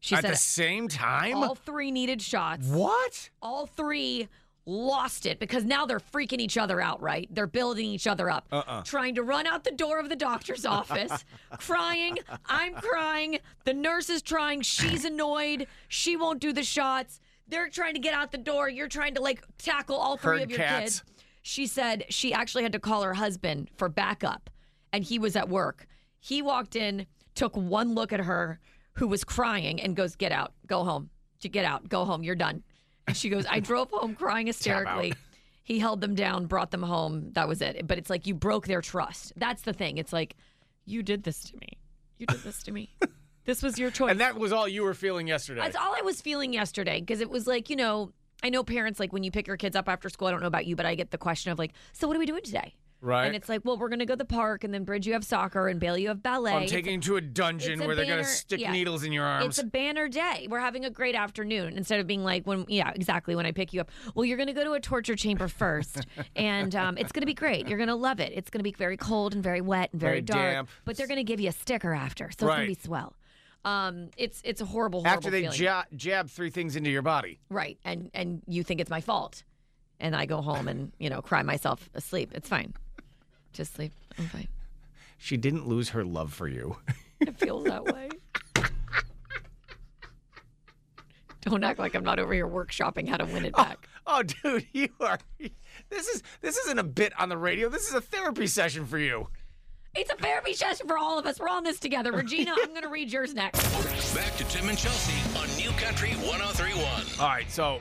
D: She
C: At
D: said
C: the same time.
D: all three needed shots.
C: what?
D: All three lost it because now they're freaking each other out, right? They're building each other up, uh-uh. trying to run out the door of the doctor's office, crying. I'm crying. The nurse is trying. She's annoyed. She won't do the shots. They're trying to get out the door. You're trying to like tackle all three
C: Herd
D: of your
C: cats.
D: kids. She said she actually had to call her husband for backup, and he was at work. He walked in, took one look at her, who was crying, and goes, Get out, go home. J- Get out, go home, you're done. And she goes, I drove home crying hysterically. He held them down, brought them home. That was it. But it's like you broke their trust. That's the thing. It's like, you did this to me. You did this to me. This was your choice.
C: And that was all you were feeling yesterday.
D: That's all I was feeling yesterday because it was like, you know, I know parents like when you pick your kids up after school. I don't know about you, but I get the question of like, so what are we doing today?
C: Right.
D: And it's like, well, we're gonna go to the park, and then Bridge, you have soccer, and Bailey, you have ballet.
C: I'm taking you to a dungeon
D: it's a
C: where they're gonna
D: banner-
C: stick
D: yeah.
C: needles in your
D: It's
C: arms.
D: a banner day. We're having a great afternoon instead of being like when yeah exactly when I pick you up. Well, you're going to go to a torture chamber first, and um, it's going to be great. You're going to love it. It's going to be very cold and very wet and very,
C: Very
D: dark.
C: damp.
D: But they're going to give you a sticker after, so it's
C: Right.
D: going to be swell. Um, it's it's a horrible, horrible
C: After they
D: feeling.
C: ja- jab three things into your body.
D: Right. And and you think it's my fault. And I go home and, you know, cry myself asleep. It's fine. Just sleep. I'm fine.
C: She didn't lose her love for you.
D: It feels that way. Don't act like I'm not over here workshopping how to win it back.
C: Oh, dude, you are. This is this isn't a bit on the radio. This is a therapy session for you.
D: It's a therapy session for all of us. We're on this together. Regina, I'm going to read yours next.
A: Back to Tim and Chelsea on New Country 1031.
C: All right, so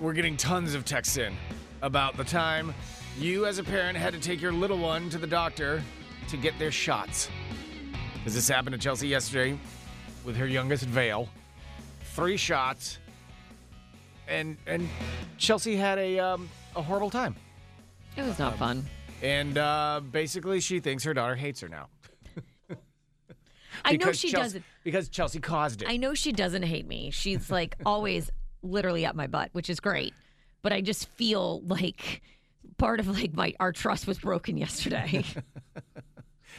C: we're getting tons of texts in about the time you, as a parent, had to take your little one to the doctor to get their shots. Because this happened to Chelsea yesterday with her youngest Vale, three shots, and and Chelsea had a um, a horrible time.
D: It was not fun.
C: And uh, basically, she thinks her daughter hates her now.
D: I know
C: Because
D: she
C: Chelsea-
D: doesn't.
C: Because Chelsea caused it.
D: I know she doesn't hate me. She's like always literally up my butt, which is great. But I just feel like part of like my our trust was broken yesterday.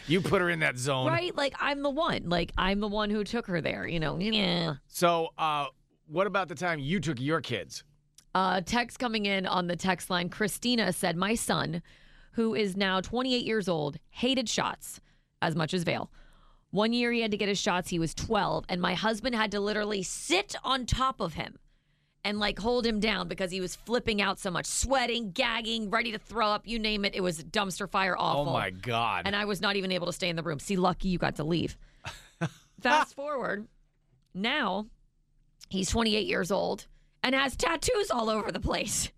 C: You put her in that zone.
D: right? Like I'm the one. Like I'm the one who took her there, you know. Yeah.
C: So, uh, what about the time you took your kids?
D: Uh text coming in on the text line. Christina said, My son, who is now 28 years old, hated shots as much as Vale. One year he had to get his shots, he was 12, and my husband had to literally sit on top of him and like hold him down because he was flipping out so much, sweating, gagging, ready to throw up, you name it. It was dumpster fire
C: Oh
D: awful.
C: my God.
D: And I was not even able to stay in the room. See, lucky you got to leave. Fast forward, now he's 28 years old and has tattoos all over the place.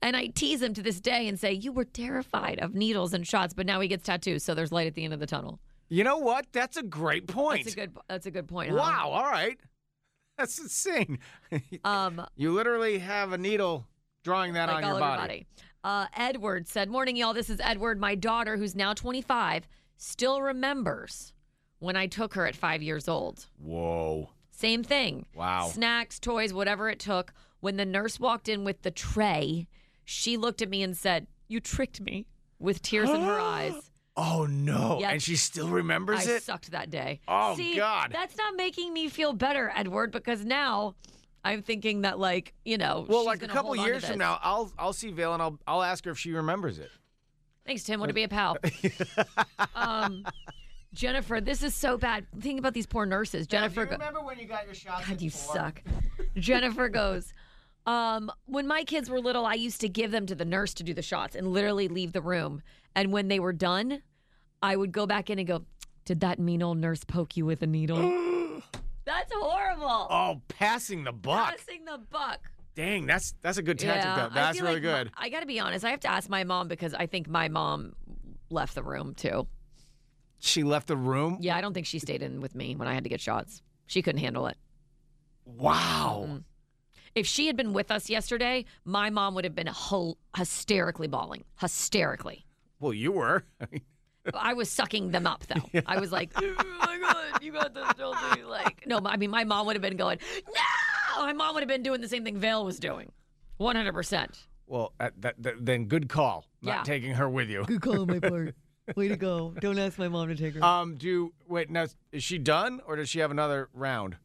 D: And I tease him to this day and say, You were terrified of needles and shots, but now he gets tattoos, so there's light at the end of the tunnel.
C: you know what? That's a great point.
D: That's a good that's a good point. huh?
C: wow. All right. That's insane.
D: Um
C: you literally have a needle drawing that
D: like
C: on
D: all
C: your
D: over your
C: body.
D: body. Uh, Edward said, "Morning, y'all. This is Edward. My daughter, who's now 25, still remembers when I took her at five years old.
C: Whoa.
D: Same thing.
C: Wow.
D: Snacks, toys, whatever it took. When the nurse walked in with the tray, she looked at me and said, "You tricked me." With tears in her eyes.
C: Oh no.
D: Yes.
C: And she still remembers
D: I
C: it?
D: sucked that day.
C: Oh,
D: See,
C: God.
D: That's not making me feel better, Edward, because now I'm thinking that, like, you know,
C: Well,
D: she's
C: like a
D: gonna
C: couple
D: hold on to
C: years from
D: this.
C: now, I'll I'll see Vale and I'll I'll ask her if she remembers it.
D: Thanks, Tim. Want to be a pal? um, Jennifer, this is so bad. Think about these poor nurses. Jennifer, go-
H: Remember when you got your shots?
D: God, you suck. Jennifer goes. Um, when my kids were little, I used to give them to the nurse to do the shots and literally leave the room. And when they were done, I would go back in and go, "Did that mean old nurse poke you with a needle?" That's horrible.
C: Oh, passing the buck.
D: Passing the buck.
C: Dang, that's that's a good tactic
D: Yeah,
C: though.
D: I
C: That's
D: feel
C: really
D: like my-
C: good.
D: I got to be honest. I have to ask my mom because I think my mom left the room too.
C: She left the room.
D: Yeah, I don't think she stayed in with me when I had to get shots. She couldn't handle it. Mm-hmm.
C: Wow.
D: If she had been with us yesterday, my mom would have been hy- hysterically bawling, hysterically.
C: Well, you were.
D: I was sucking them up though. I was like, "Oh my god, you got this, Chelsea!" Like, no, I mean, my mom would have been going, "No!" My mom would have been doing the same thing Vale was doing, one hundred percent.
C: well, uh, that, that, then good call. Not
D: Yeah.
C: taking her with you.
I: Good call on my part. Way to go. Don't ask my mom to take her.
C: Um, do wait now? Is she done, or does she have another round?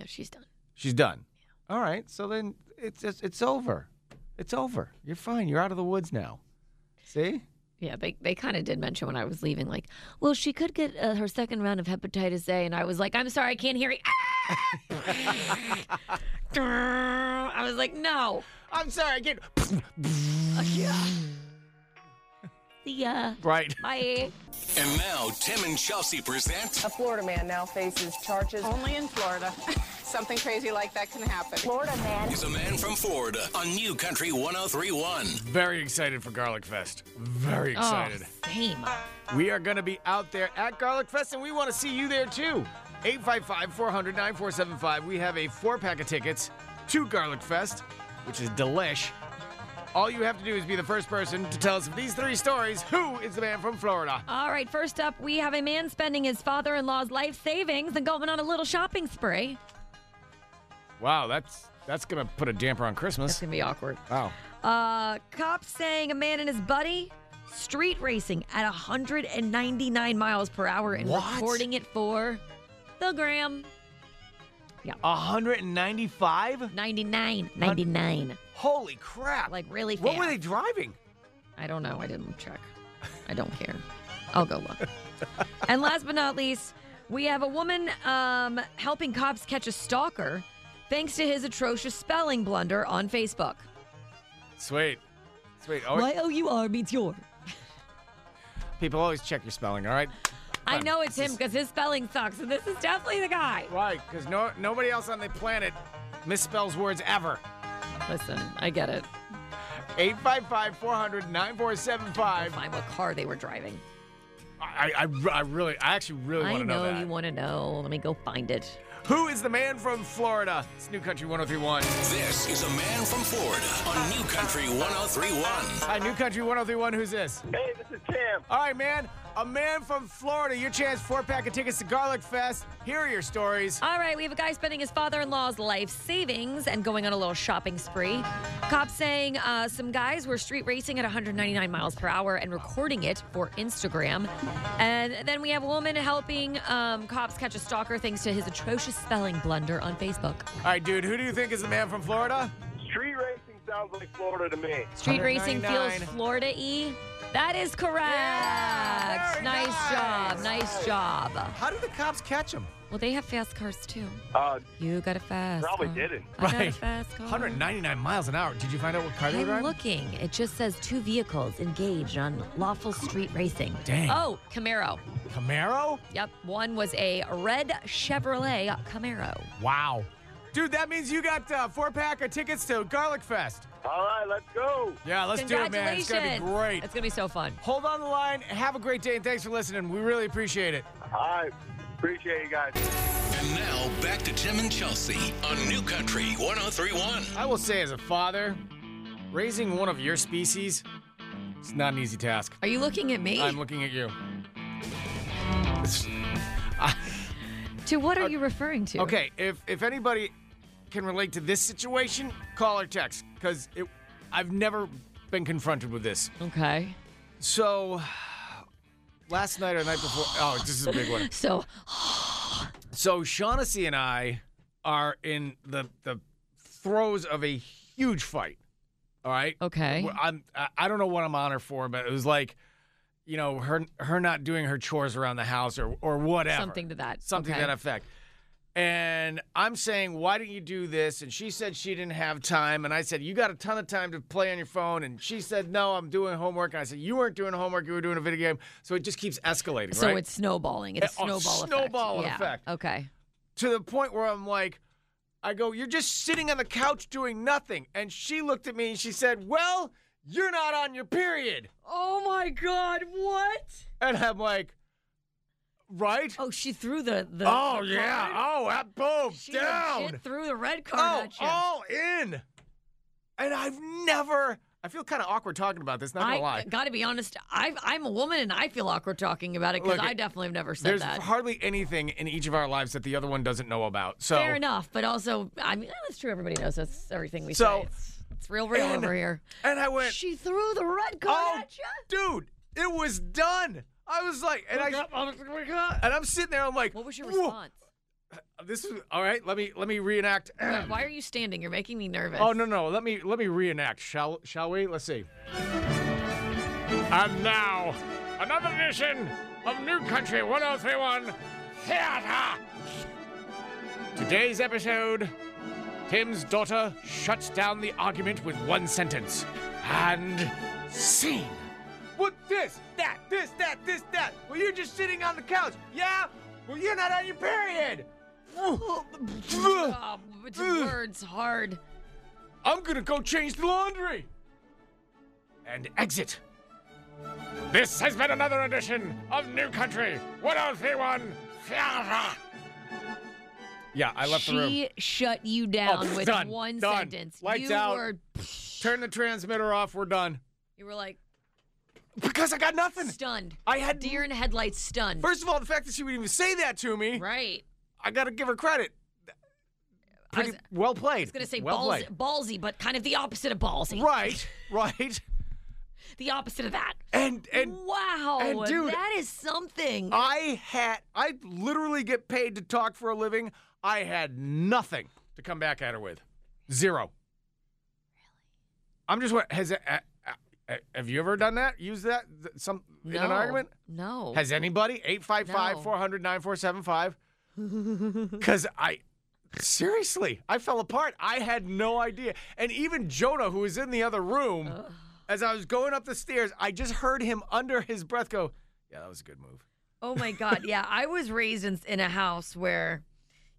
D: No, she's done.
C: She's done. All right. So then it's it's, it's over. It's over. You're fine. You're out of the woods now. See?
D: Yeah, they they kind of did mention when I was leaving, like, well, she could get uh, her second round of hepatitis A, and I was like, I'm sorry, I can't hear you. I was like, no.
C: I'm sorry. I get
D: See ya.
C: right.
D: Bye.
A: And now Tim and Chelsea present
J: A Florida man now faces charges.
K: Only in Florida. Something crazy like that can happen.
J: Florida man.
A: is a man from Florida on New Country 1031.
C: Very excited for Garlic Fest. Very excited.
D: Oh, same.
C: We are going to be out there at Garlic Fest, and we want to see you there too. 855 400 9475. We have a four pack of tickets to Garlic Fest, which is delish. All you have to do is be the first person to tell us of these three stories who is the man from Florida?
D: All right, first up, we have a man spending his father in law's life savings and going on a little shopping spree.
C: Wow, that's that's going to put a damper on
D: That's
C: Christmas.
D: going to be awkward.
C: Wow.
D: Uh, cops saying a man and his buddy street racing at 199 miles per hour and
C: What?
D: recording it for the gram.
C: 195?
D: 99. 99.
C: Holy crap.
D: Like really fast.
C: what were they driving?
D: I don't know. I didn't check. I don't care. I'll go look. and last but not least, we have a woman um, helping cops catch a stalker thanks to his atrocious spelling blunder on Facebook.
C: Sweet. Sweet. Oh,
I: Y O U R means your.
C: People always check your spelling, all right?
D: I
C: Um,
D: know it's
C: this
D: him because his spelling sucks, and this is definitely the guy.
C: Right, because no, nobody else on the planet misspells words ever.
D: Listen, I get it.
C: 855 400 9475.
D: Find what car they were driving.
C: I, I, I really, I actually really want
D: I
C: to know,
D: know
C: that.
D: you want to know. Let me go find it.
C: Who is the man from Florida? It's New Country 1031.
A: This is a man from Florida on New Country 1031.
C: Hi, New Country 1031. Who's this?
B: Hey, this is Tim.
C: All right, man. A man from Florida. Your chance four pack of tickets to Garlic Fest. Here are your stories.
D: All right, we have a guy spending his father in law's life savings and going on a little shopping spree. Cops saying uh, some guys were street racing at 199 miles per hour and recording it for Instagram. And then we have a woman helping um, cops catch a stalker thanks to his atrocious spelling blunder on Facebook.
C: All right, dude. Who do you think is the man from Florida?
K: Street racing sounds like Florida to me.
D: Street racing feels
C: 199.
D: Florida y. That is correct.
C: very
D: nice, job.
C: nice.
D: Nice job.
C: How did the cops catch him?
D: Well, they have fast cars too.
C: Uh,
D: you got a fast.
C: probably
D: car.
C: didn't.
D: I got a
C: Right.
D: fast car.
C: 199 miles an hour. Did you find out what car they were
D: I'm
C: driving?
D: looking. It just says two vehicles engaged on lawful street racing.
C: Dang.
D: Oh, Camaro.
C: Camaro?
D: Yep. One was a red Chevrolet Camaro.
C: Wow. Dude, that means you got uh, four pack of tickets to Garlic Fest.
L: All right, let's go.
C: Yeah, let's do it, man. It's gonna be
D: Congratulations.
C: great.
D: It's gonna be so fun.
C: Hold on the line. Have a great day, and thanks for listening. We really appreciate it.
L: I appreciate you guys.
A: And now back to Tim and Chelsea on New Country 1031.
C: I will say, as a father, raising one of your species, it's not an easy task.
D: Are you looking at me?
C: I'm looking at you. It's- I-
D: to what are you referring to?
C: Uh, Okay, if if anybody can relate to this situation, call or text because I've never been confronted with this.
D: Okay.
C: So last night or the night before, oh, this is a big one.
D: So
C: So Shaughnessy and I are in the the throes of a huge fight. All right.
D: Okay.
C: Well, I'm I- I don't know what I'm on her for, but it was like, you know, her her not doing her chores around the house or or whatever.
D: Something to that.
C: Something
D: Okay.
C: to that effect. And I'm saying, why didn't you do this? And she said she didn't have time. And I said, you got a ton of time to play on your phone. And she said, no, I'm doing homework. And I said, you weren't doing homework. You were doing a video game. So it just keeps escalating,
D: So
C: right?
D: it's snowballing. It's
C: Oh,
D: snowball effect.
C: snowball
D: Yeah.
C: effect.
D: Okay.
C: to the point where I'm like, I go, you're just sitting on the couch doing nothing. And she looked at me and she said, well, you're not on your period.
D: Oh my God! What?
C: And I'm like, right?
D: Oh, she threw the the.
C: oh,
D: the
C: yeah.
D: card?
C: Oh, that boom.
D: She
C: down.
D: legit threw the red card
C: oh,
D: at you.
C: all in. And I've never. I feel kind of awkward talking about this. Not gonna
D: I
C: lie.
D: got to be honest. I've, I'm a woman and I feel awkward talking about it because
C: Look,
D: I definitely have never said
C: There's
D: that.
C: hardly anything in each of our lives that the other one doesn't know about. So
D: Fair enough, but also, I mean, eh, that's true. Everybody knows that's everything we
C: So-
D: say. It's, it's real, real
C: And-
D: over here.
C: And I went.
D: She threw the red card
C: oh,
D: at you.
C: dude, it was done. I was like, and I, and I'm sitting there. I'm like,
D: What was your
C: "Whoa,
D: response?
C: This is all right. Let me let me reenact.
D: Why- Why are you standing? You're making me nervous.
C: Oh no no. Let me let me reenact. Shall shall we? Let's see. And now, another edition of New Country 1031 Theater. Today's episode Tim's daughter shuts down the argument with one sentence. And scene. What this, that, this, that, this, that. Well, you're just sitting on the couch. Yeah? Well, you're not on your period.
D: Oh, it's words hard.
C: I'm gonna go change the laundry. And exit. This has been another edition of New Country 1031 Theater. Yeah, I left
D: she
C: the room.
D: shut you down
C: Oh,
D: with
C: done,
D: one
C: done.
D: sentence.
C: Lights
D: you
C: out.
D: were
C: Turn the transmitter off. We're done.
D: you were like
C: Because I got nothing.
D: stunned.
C: I had-
D: deer in headlights stunned.
C: First of all, the fact that she would even say that to me,
D: right.
C: I gotta give her credit. Pretty well played. I was
D: I was gonna say
C: well
D: ballsy,
C: played.
D: ballsy, but kind of the opposite of ballsy.
C: Right, right.
D: The opposite of that.
C: And and
D: wow,
C: and dude- uh,
D: that is something.
C: I had I literally get paid to talk for a living. I had nothing to come back at her with. Zero. Really? I'm just what has uh, uh, uh, have you ever done that? Use that Th- some in an
D: No.
C: argument?
D: No.
C: Has anybody? 855 400 9475. Because I, seriously, I fell apart. I had no idea. And even Jonah, who was in the other room, as I was going up the stairs, I just heard him under his breath go, Yeah, that was a good move.
D: Oh my God. Yeah. I was raised in, in a house where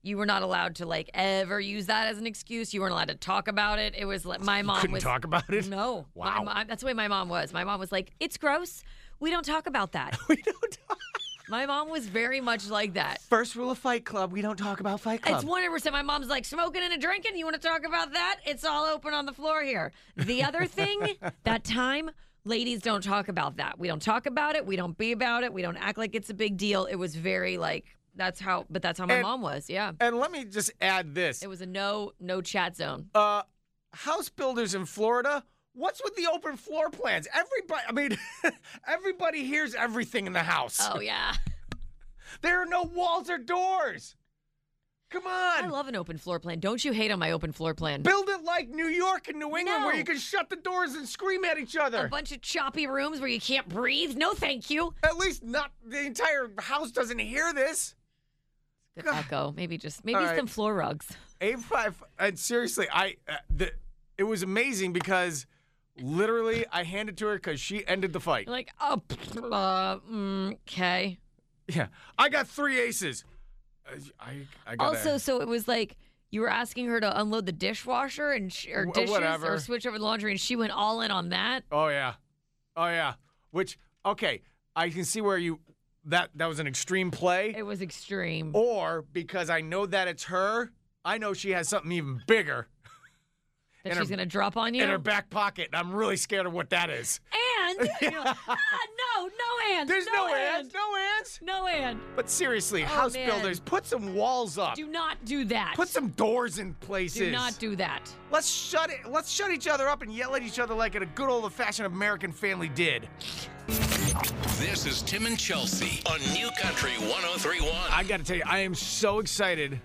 D: you were not allowed to like ever use that as an excuse. You weren't allowed to talk about it. It was like my mom
C: Couldn't
D: was.
C: talk about it?
D: No.
C: Wow.
D: My, mom- that's the way my mom was. My mom was like, it's gross. We don't talk about that. we don't My mom was very much like that.
C: First rule of Fight Club we don't talk about Fight Club.
D: It's 100%. My mom's like, smoking and a drinking. You want to talk about that? It's all open on the floor here. The other thing, that time, ladies don't talk about that. We don't talk about it. We don't be about it. We don't act like it's a big deal. It was very like, that's how, but that's how my
C: And-
D: mom was. Yeah.
C: and let me just add this
D: It was a no, no chat zone.
C: uh, house builders in Florida. What's with the open floor plans? Everybody, I mean, everybody hears everything in the house.
D: Oh, yeah.
C: There are no walls or doors. Come on.
D: I love an open floor plan. Don't you hate on my open floor plan?
C: Build it like New York and New England, where
D: No.
C: you can shut the doors and scream at each
D: a
C: other.
D: bunch of choppy rooms where you can't breathe. No, thank you.
C: At least not the entire house doesn't hear this.
D: Good echo. Maybe just maybe
C: All right.
D: some floor rugs.
C: Eight five. And seriously, I uh, the, it was amazing because literally I handed to her because she ended the fight.
D: You're like, oh, mm, okay.
C: yeah, I got three aces. I I, I got
D: Also, so it was like you were asking her to unload the dishwasher and sh- or
C: Wh-
D: dishes
C: whatever.
D: or switch over the laundry, and she went all in on that.
C: Oh yeah, oh yeah. Which okay, I can see where you that that was an extreme play. It
D: was extreme.
C: Or because I know that it's her, I know she has something even bigger.
D: That
C: in her-
D: she's gonna drop on you.
C: in her back pocket. and I'm really scared of what that is.
D: And you know, ah, no, no and.
C: There's no
D: and.
C: and, no ands.
D: No and.
C: But seriously,
D: Oh,
C: house
D: man.
C: builders, put some walls up.
D: Do not do that.
C: Put some doors in places.
D: Do not do that.
C: Let's shut it. Let's shut each other up and yell at each other like a good old-fashioned American family did.
A: This is Tim and Chelsea on New Country 1031.
C: I got to tell you, I am so excited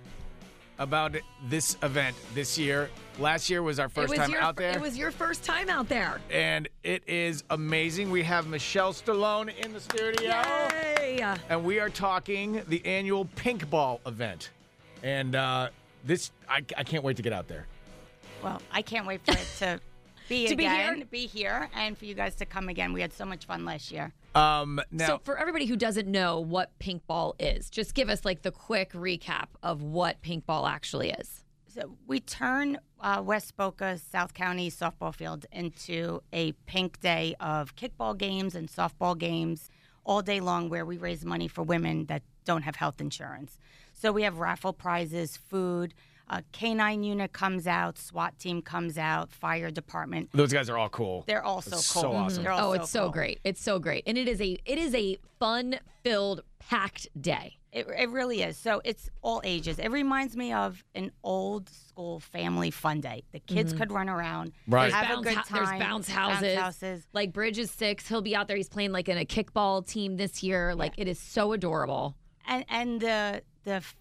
C: about this event this year. Last year was our
D: It
C: first
D: was
C: time
D: your,
C: out there.
D: It was your first time out there.
C: and it is amazing. We have Michelle Stallone in the studio.
D: Yay!
C: And we are talking the annual Pink Ball event. And uh, this, I, I can't wait to get out there.
M: Well, I can't wait for it to be
D: To be here?
M: again, be here, and for you guys to come again. We had so much fun last year.
C: Um, now,
D: so, for everybody who doesn't know what pink ball is, just give us like the quick recap of what pink ball actually is.
M: So we turn uh, West Boca South County softball field into a pink day of kickball games and softball games all day long, where we raise money for women that don't have health insurance. So we have raffle prizes, food. A canine unit comes out, SWAT team comes out, fire department.
C: those guys are all cool.
M: They're all so
C: It's
M: cool.
C: So awesome.
M: They're all
D: oh, it's so
M: cool.
D: great! It's so great, and it is a it is a fun filled, packed day.
M: It, it really is. So it's all ages. It reminds me of an old school family fun day. The kids
D: Mhm.
M: could run around,
D: Right. There's
M: Mm-hmm. have
D: bounce
M: a good
D: hou-
M: time.
D: there's bounce houses. Like Bridge is six. He'll be out there. He's playing like in a kickball team this year. Like it is so adorable.
M: and and the the f-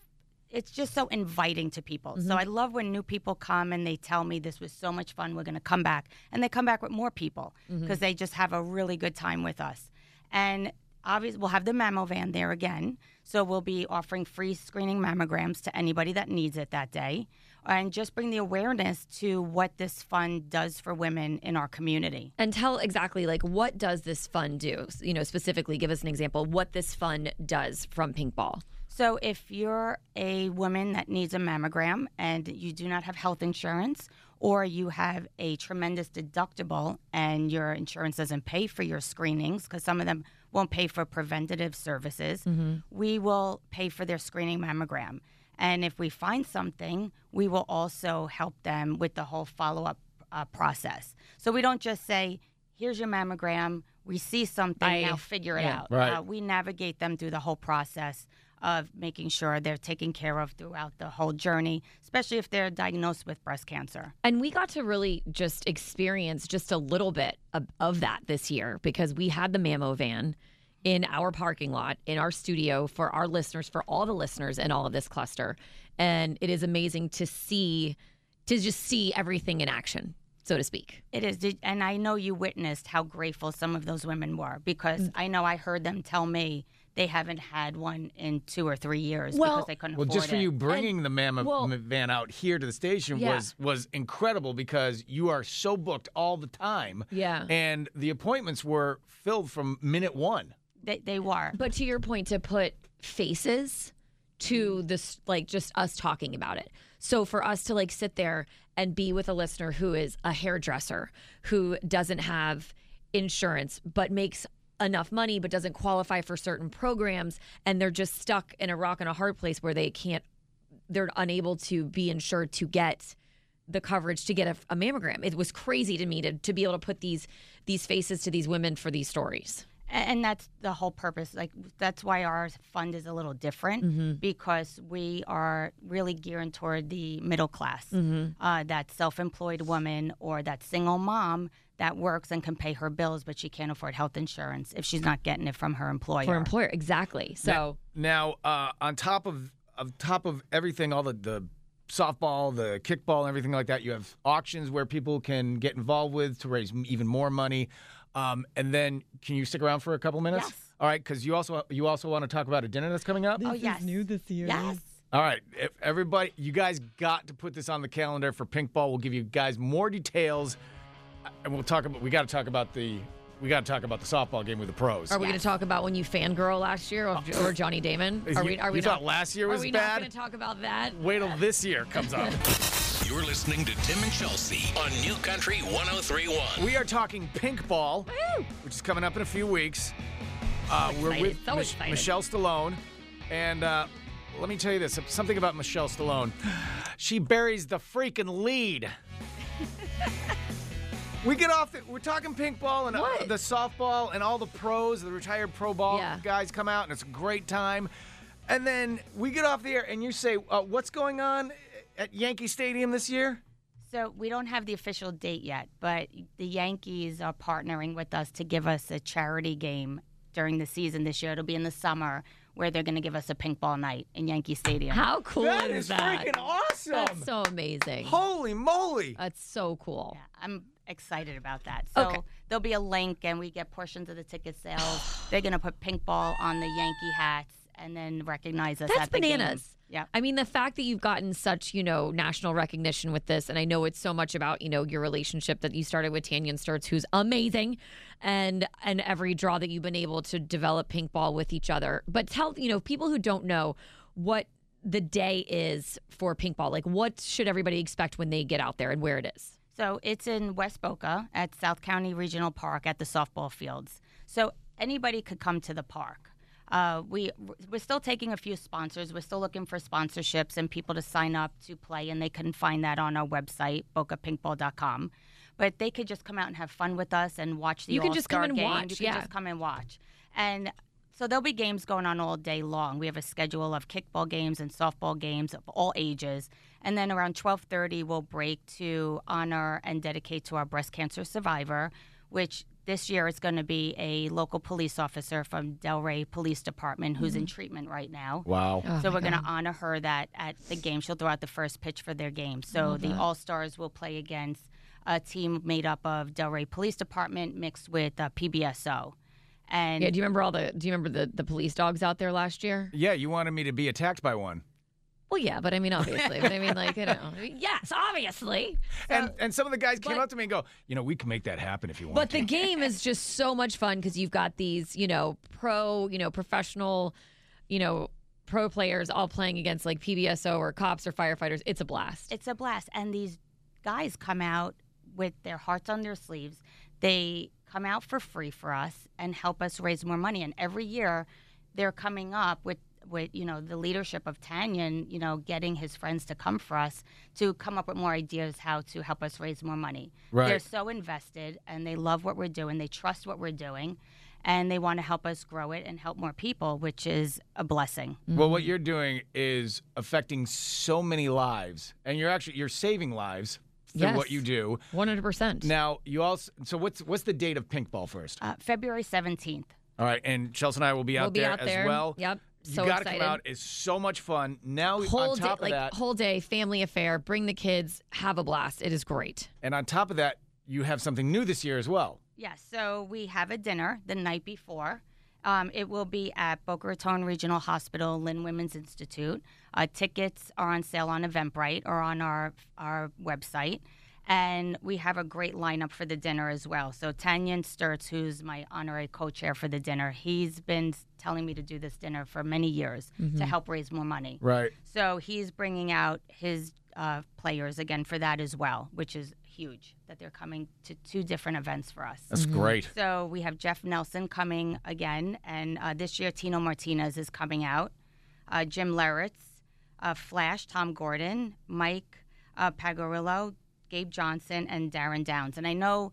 M: it's just so inviting to people. So I love when new people come and they tell me this was so much fun. We're going to come back, and they come back with more people because
N: Mhm.
M: they just have a really good time with us. And obviously, we'll have the mammo van there again. So we'll be offering free screening mammograms to anybody that needs it that day, and just bring the awareness to what this fund does for women in our community.
D: And tell exactly like what does this fund do? You know, specifically, give us an example of what this fund does from pink ball.
M: So, if you're a woman that needs a mammogram and you do not have health insurance, or you have a tremendous deductible and your insurance doesn't pay for your screenings, because some of them won't pay for preventative services, we will pay for their screening mammogram. And if we find something, we will also help them with the whole follow up uh, process. So, we don't just say, here's your mammogram. We see something,
D: Bye.
M: now figure it
D: Yeah.
M: out.
D: Right.
M: Uh, we navigate them through the whole process of making sure they're taken care of throughout the whole journey, especially if they're diagnosed with breast cancer.
D: And we got to really just experience just a little bit of, of that this year because we had the Mammo van in our parking lot, in our studio for our listeners, for all the listeners in all of this cluster. And it is amazing to see, to just see everything in action, so to speak.
M: It is, did- and I know you witnessed how grateful some of those women were because I know I heard them tell me they haven't had one in two or three years because they couldn't
C: well,
M: afford
C: just for
M: it.
C: you bringing the Mammoth
M: well-
C: van out here to the station
M: Yeah.
C: was was incredible because you are so booked all the time.
D: Yeah.
C: and the appointments were filled from minute one.
M: They, they were.
D: But to your point, to put faces to this, like just us talking about it. So for us to like sit there and be with a listener who is a hairdresser, who doesn't have insurance, but makes enough money, but doesn't qualify for certain programs, and they're just stuck in a rock and a hard place where they can't, they're unable to be insured to get the coverage to get a, a mammogram. It was crazy to me to, to be able to put these these faces to these women for these stories.
M: A- and that's the whole purpose like that's why our fund is a little different
D: Mhm.
M: because we are really geared toward the middle class
D: Mhm.
M: uh, that self-employed woman or that single mom that works and can pay her bills but she can't afford health insurance if she's not getting it from her employer
D: For employer, exactly. So
C: Now, uh, on top of on top of everything, all the, the softball, the kickball, and everything like that, you have auctions where people can get involved with to raise m- even more money. Um, and then, can you stick around for a couple minutes?
M: Yes.
C: All right, because you also you also want to talk about a dinner that's coming up.
M: oh yes. new this year. Yes.
C: All right, if everybody, you guys got to put this on the calendar for Pink Ball. We'll give you guys more details, uh, and we'll talk about. We got to talk about the. We got to talk about the softball game with the pros.
D: Are we going to talk about when you fangirl last year or, or Johnny Damon?
C: Is
D: Are
C: you-
D: we? Are we
C: you
D: not,
C: thought last year was
D: are we
C: bad?
D: not going to talk about that?
C: Wait till this year comes up.
A: You're listening to Tim and Chelsea on New Country 1031.
C: we are talking Pink Ball, which is coming up in a few weeks. Uh, we're
A: excited,
C: with
A: so
C: Mich-
A: excited.
C: Michelle Stallone, and uh, let me tell you this: something about Michelle Stallone. She buries the freaking lead. we get off. The, we're talking pink ball and uh, the softball and all the pros, the retired pro ball guys come out, and it's a great time. And then we get off the air, and you say, uh, "What's going on at Yankee Stadium this year?"
M: So we don't have the official date yet, but the Yankees are partnering with us to give us a charity game during the season this year. It'll be in the summer where they're going to give us a pink ball night in Yankee Stadium.
D: How cool
M: That
D: is
M: is
D: that?
M: freaking awesome.
D: That's so amazing.
C: Holy moly!
D: That's so cool.
M: I'm excited about that. So there'll be a link, and we get portions of the ticket sales. They're going to put pink ball on the Yankee hats and then recognize us.
D: That's
M: at the game.
D: bananas.
M: Yeah.
D: I mean, the fact that you've gotten such, you know, national recognition with this, and I know it's so much about, you know, your relationship that you started with Tanyan Sturts, who's amazing, and and every draw that you've been able to develop pink ball with each other. But tell, you know, people who don't know what the day is for pink ball, like what should everybody expect when they get out there and where it is?
M: So it's in West Boca at South County Regional Park at the softball fields. So anybody could come to the park. Uh, we we're still taking a few sponsors. We're still looking for sponsorships and people to sign up to play, and they can find that on our website, bocapinkball.com. But they could just come out and have fun with us and watch the
D: You can just come
M: All-Star
D: and
M: game.
D: watch,
M: You can
D: yeah.
M: just come and watch. And so there'll be games going on all day long. We have a schedule of kickball games and softball games of all ages. And then around 12:30 we'll break to honor and dedicate to our breast cancer survivor, which this year it's going to be a local police officer from Delray Police Department who's in
N: Mhm.
M: treatment right now.
N: Wow. Oh,
M: so
N: my
M: we're going to
N: God.
M: honor her that at the game she'll throw out the first pitch for their game. So
N: Love
M: the
N: that.
M: All Stars will play against a team made up of Delray Police Department mixed with uh, PBSO. And
D: yeah, do you remember all the do you remember the, the police dogs out there last year?
C: Yeah, you wanted me to be attacked by one.
D: Well, yeah, but I mean, obviously. but I mean, like, you know, yes, obviously.
M: Uh,
C: and and some of the guys came
D: but-
C: up to me and go, you know, we can make that happen if you want.
D: But the game is just so much fun because you've got these, you know, pro, you know, professional, you know, pro players all playing against like PBSO or cops or firefighters. It's a blast.
M: It's a blast. And these guys come out with their hearts on their sleeves. They come out for free for us and help us raise more money. And every year they're coming up with with you know the leadership of Tanyan, you know, getting his friends to come for us to come up with more ideas how to help us raise more money. They're
N: Right.
M: so invested and they love what we're doing. They trust what we're doing and they want to help us grow it and help more people, which is a blessing.
C: Well, what you're doing is affecting so many lives, and you're actually you're saving lives through
M: Yes.
C: what you do.
D: 100%.
C: Now you also so what's what's the date of Pink Ball first?
M: Uh, February 17th.
C: All right, and Chelsea and I will be out
M: We'll be
C: there
M: out
C: as
M: there.
C: well.
M: Yep,
C: you
M: so
C: gotta
M: excited.
C: come out. It's so much fun. Now
D: whole
C: on top
D: day,
C: of
D: like
C: that,
D: whole day, family affair. Bring the kids, have a blast. It is great.
C: and on top of that, you have something new this year as well.
M: Yes, so we have a dinner the night before. Um, it will be at Boca Raton Regional Hospital, Lynn Women's Institute. Uh, tickets are on sale on Eventbrite or on our our website. And we have a great lineup for the dinner as well. So Tanyan Sturts, who's my honorary co-chair for the dinner, he's been s- telling me to do this dinner for many years to
N: Mhm.
M: help raise more money.
N: Right.
M: So he's bringing out his uh, players again for that as well, which is huge that they're coming to two different events for us.
C: That's Mhm. great.
M: So we have Jeff Nelson coming again, and uh, this year Tino Martinez is coming out, uh, Jim Leritz, uh, Flash, Tom Gordon, Mike uh, Pagorillo, Gabe Johnson, and Darren Downs. And I know.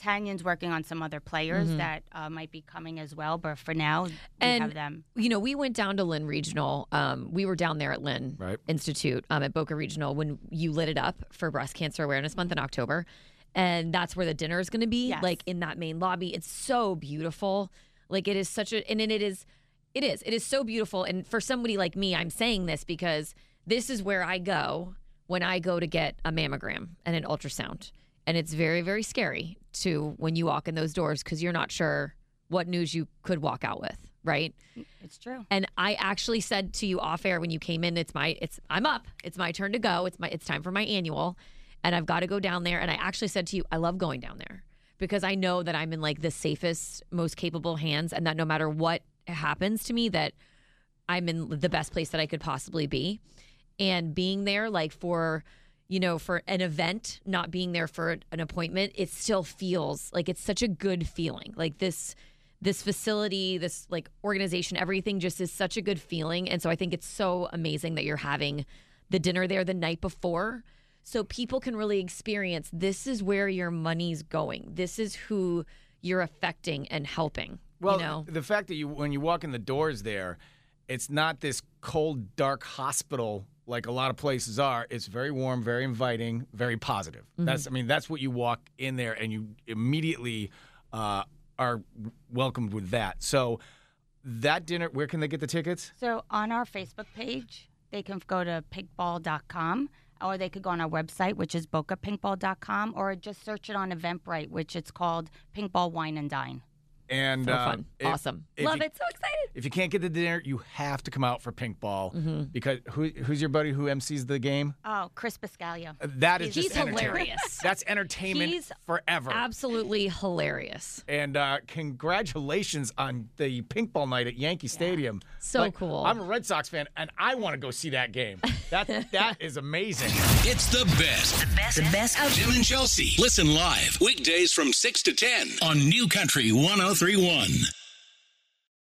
M: Tanyan's working on some other players
D: Mhm.
M: that uh, might be coming as well, but for now, we
D: and
M: have them.
D: you know, we went down to Lynn Regional. Um, we were down there at Lynn Institute um, at Boca Regional when you lit it up for Breast Cancer Awareness Month in October, and that's where the dinner is going to be. Like in that main lobby, it's so beautiful. Like it is such a, and it is It is. It is so beautiful. And for somebody like me, I'm saying this because this is where I go when I go to get a mammogram and an ultrasound. And it's very, very scary to when you walk in those doors because you're not sure what news you could walk out with, right?
M: It's true.
D: And I actually said to you off air when you came in, it's my it's I'm up. It's my turn to go. It's my it's time for my annual. And I've got to go down there. And I actually said to you, I love going down there because I know that I'm in like the safest, most capable hands and that no matter what happens to me that I'm in the best place that I could possibly be. And being there like for you know, for an event, not being there for an appointment, it still feels like it's such a good feeling. Like this this facility, this like organization, everything just is such a good feeling. And so I think it's so amazing that you're having the dinner there the night before so people can really experience this is where your money's going. This is who you're affecting and helping.
C: Well,
D: you know.
C: the fact that you when you walk in the doors there, it's not this cold, dark hospital like a lot of places are. It's very warm, very inviting, very positive.
M: Mm-hmm.
C: That's I mean that's what you walk in there and you immediately uh, are welcomed with that. So that dinner, where can they get the tickets?
M: So on our Facebook page, they can go to pinkball.com or they could go on our website, which is bocapinkball.com, or just search it on Eventbrite, which it's called Pinkball Wine and Dine.
C: And
M: So
C: uh,
M: fun.
C: if-
M: Awesome.
C: if
M: Love
C: you-
M: it. So excited.
C: If you can't get the dinner, you have to come out for pink ball
M: Mm-hmm.
C: because who, who's your buddy who MCs the game?
M: Oh, Chris Biscaglia.
C: That is
M: He's
C: just entertainment.
M: hilarious.
C: That's entertainment
M: He's
C: forever.
D: Absolutely hilarious.
C: and uh, congratulations on the pink ball night at Yankee Stadium.
D: So cool.
C: I'm a Red Sox fan, and I want to go see that game. That that is amazing.
A: It's the best. The best. The best of Jim oh and Chelsea. Listen live weekdays from 6 to 10 on New Country 1031.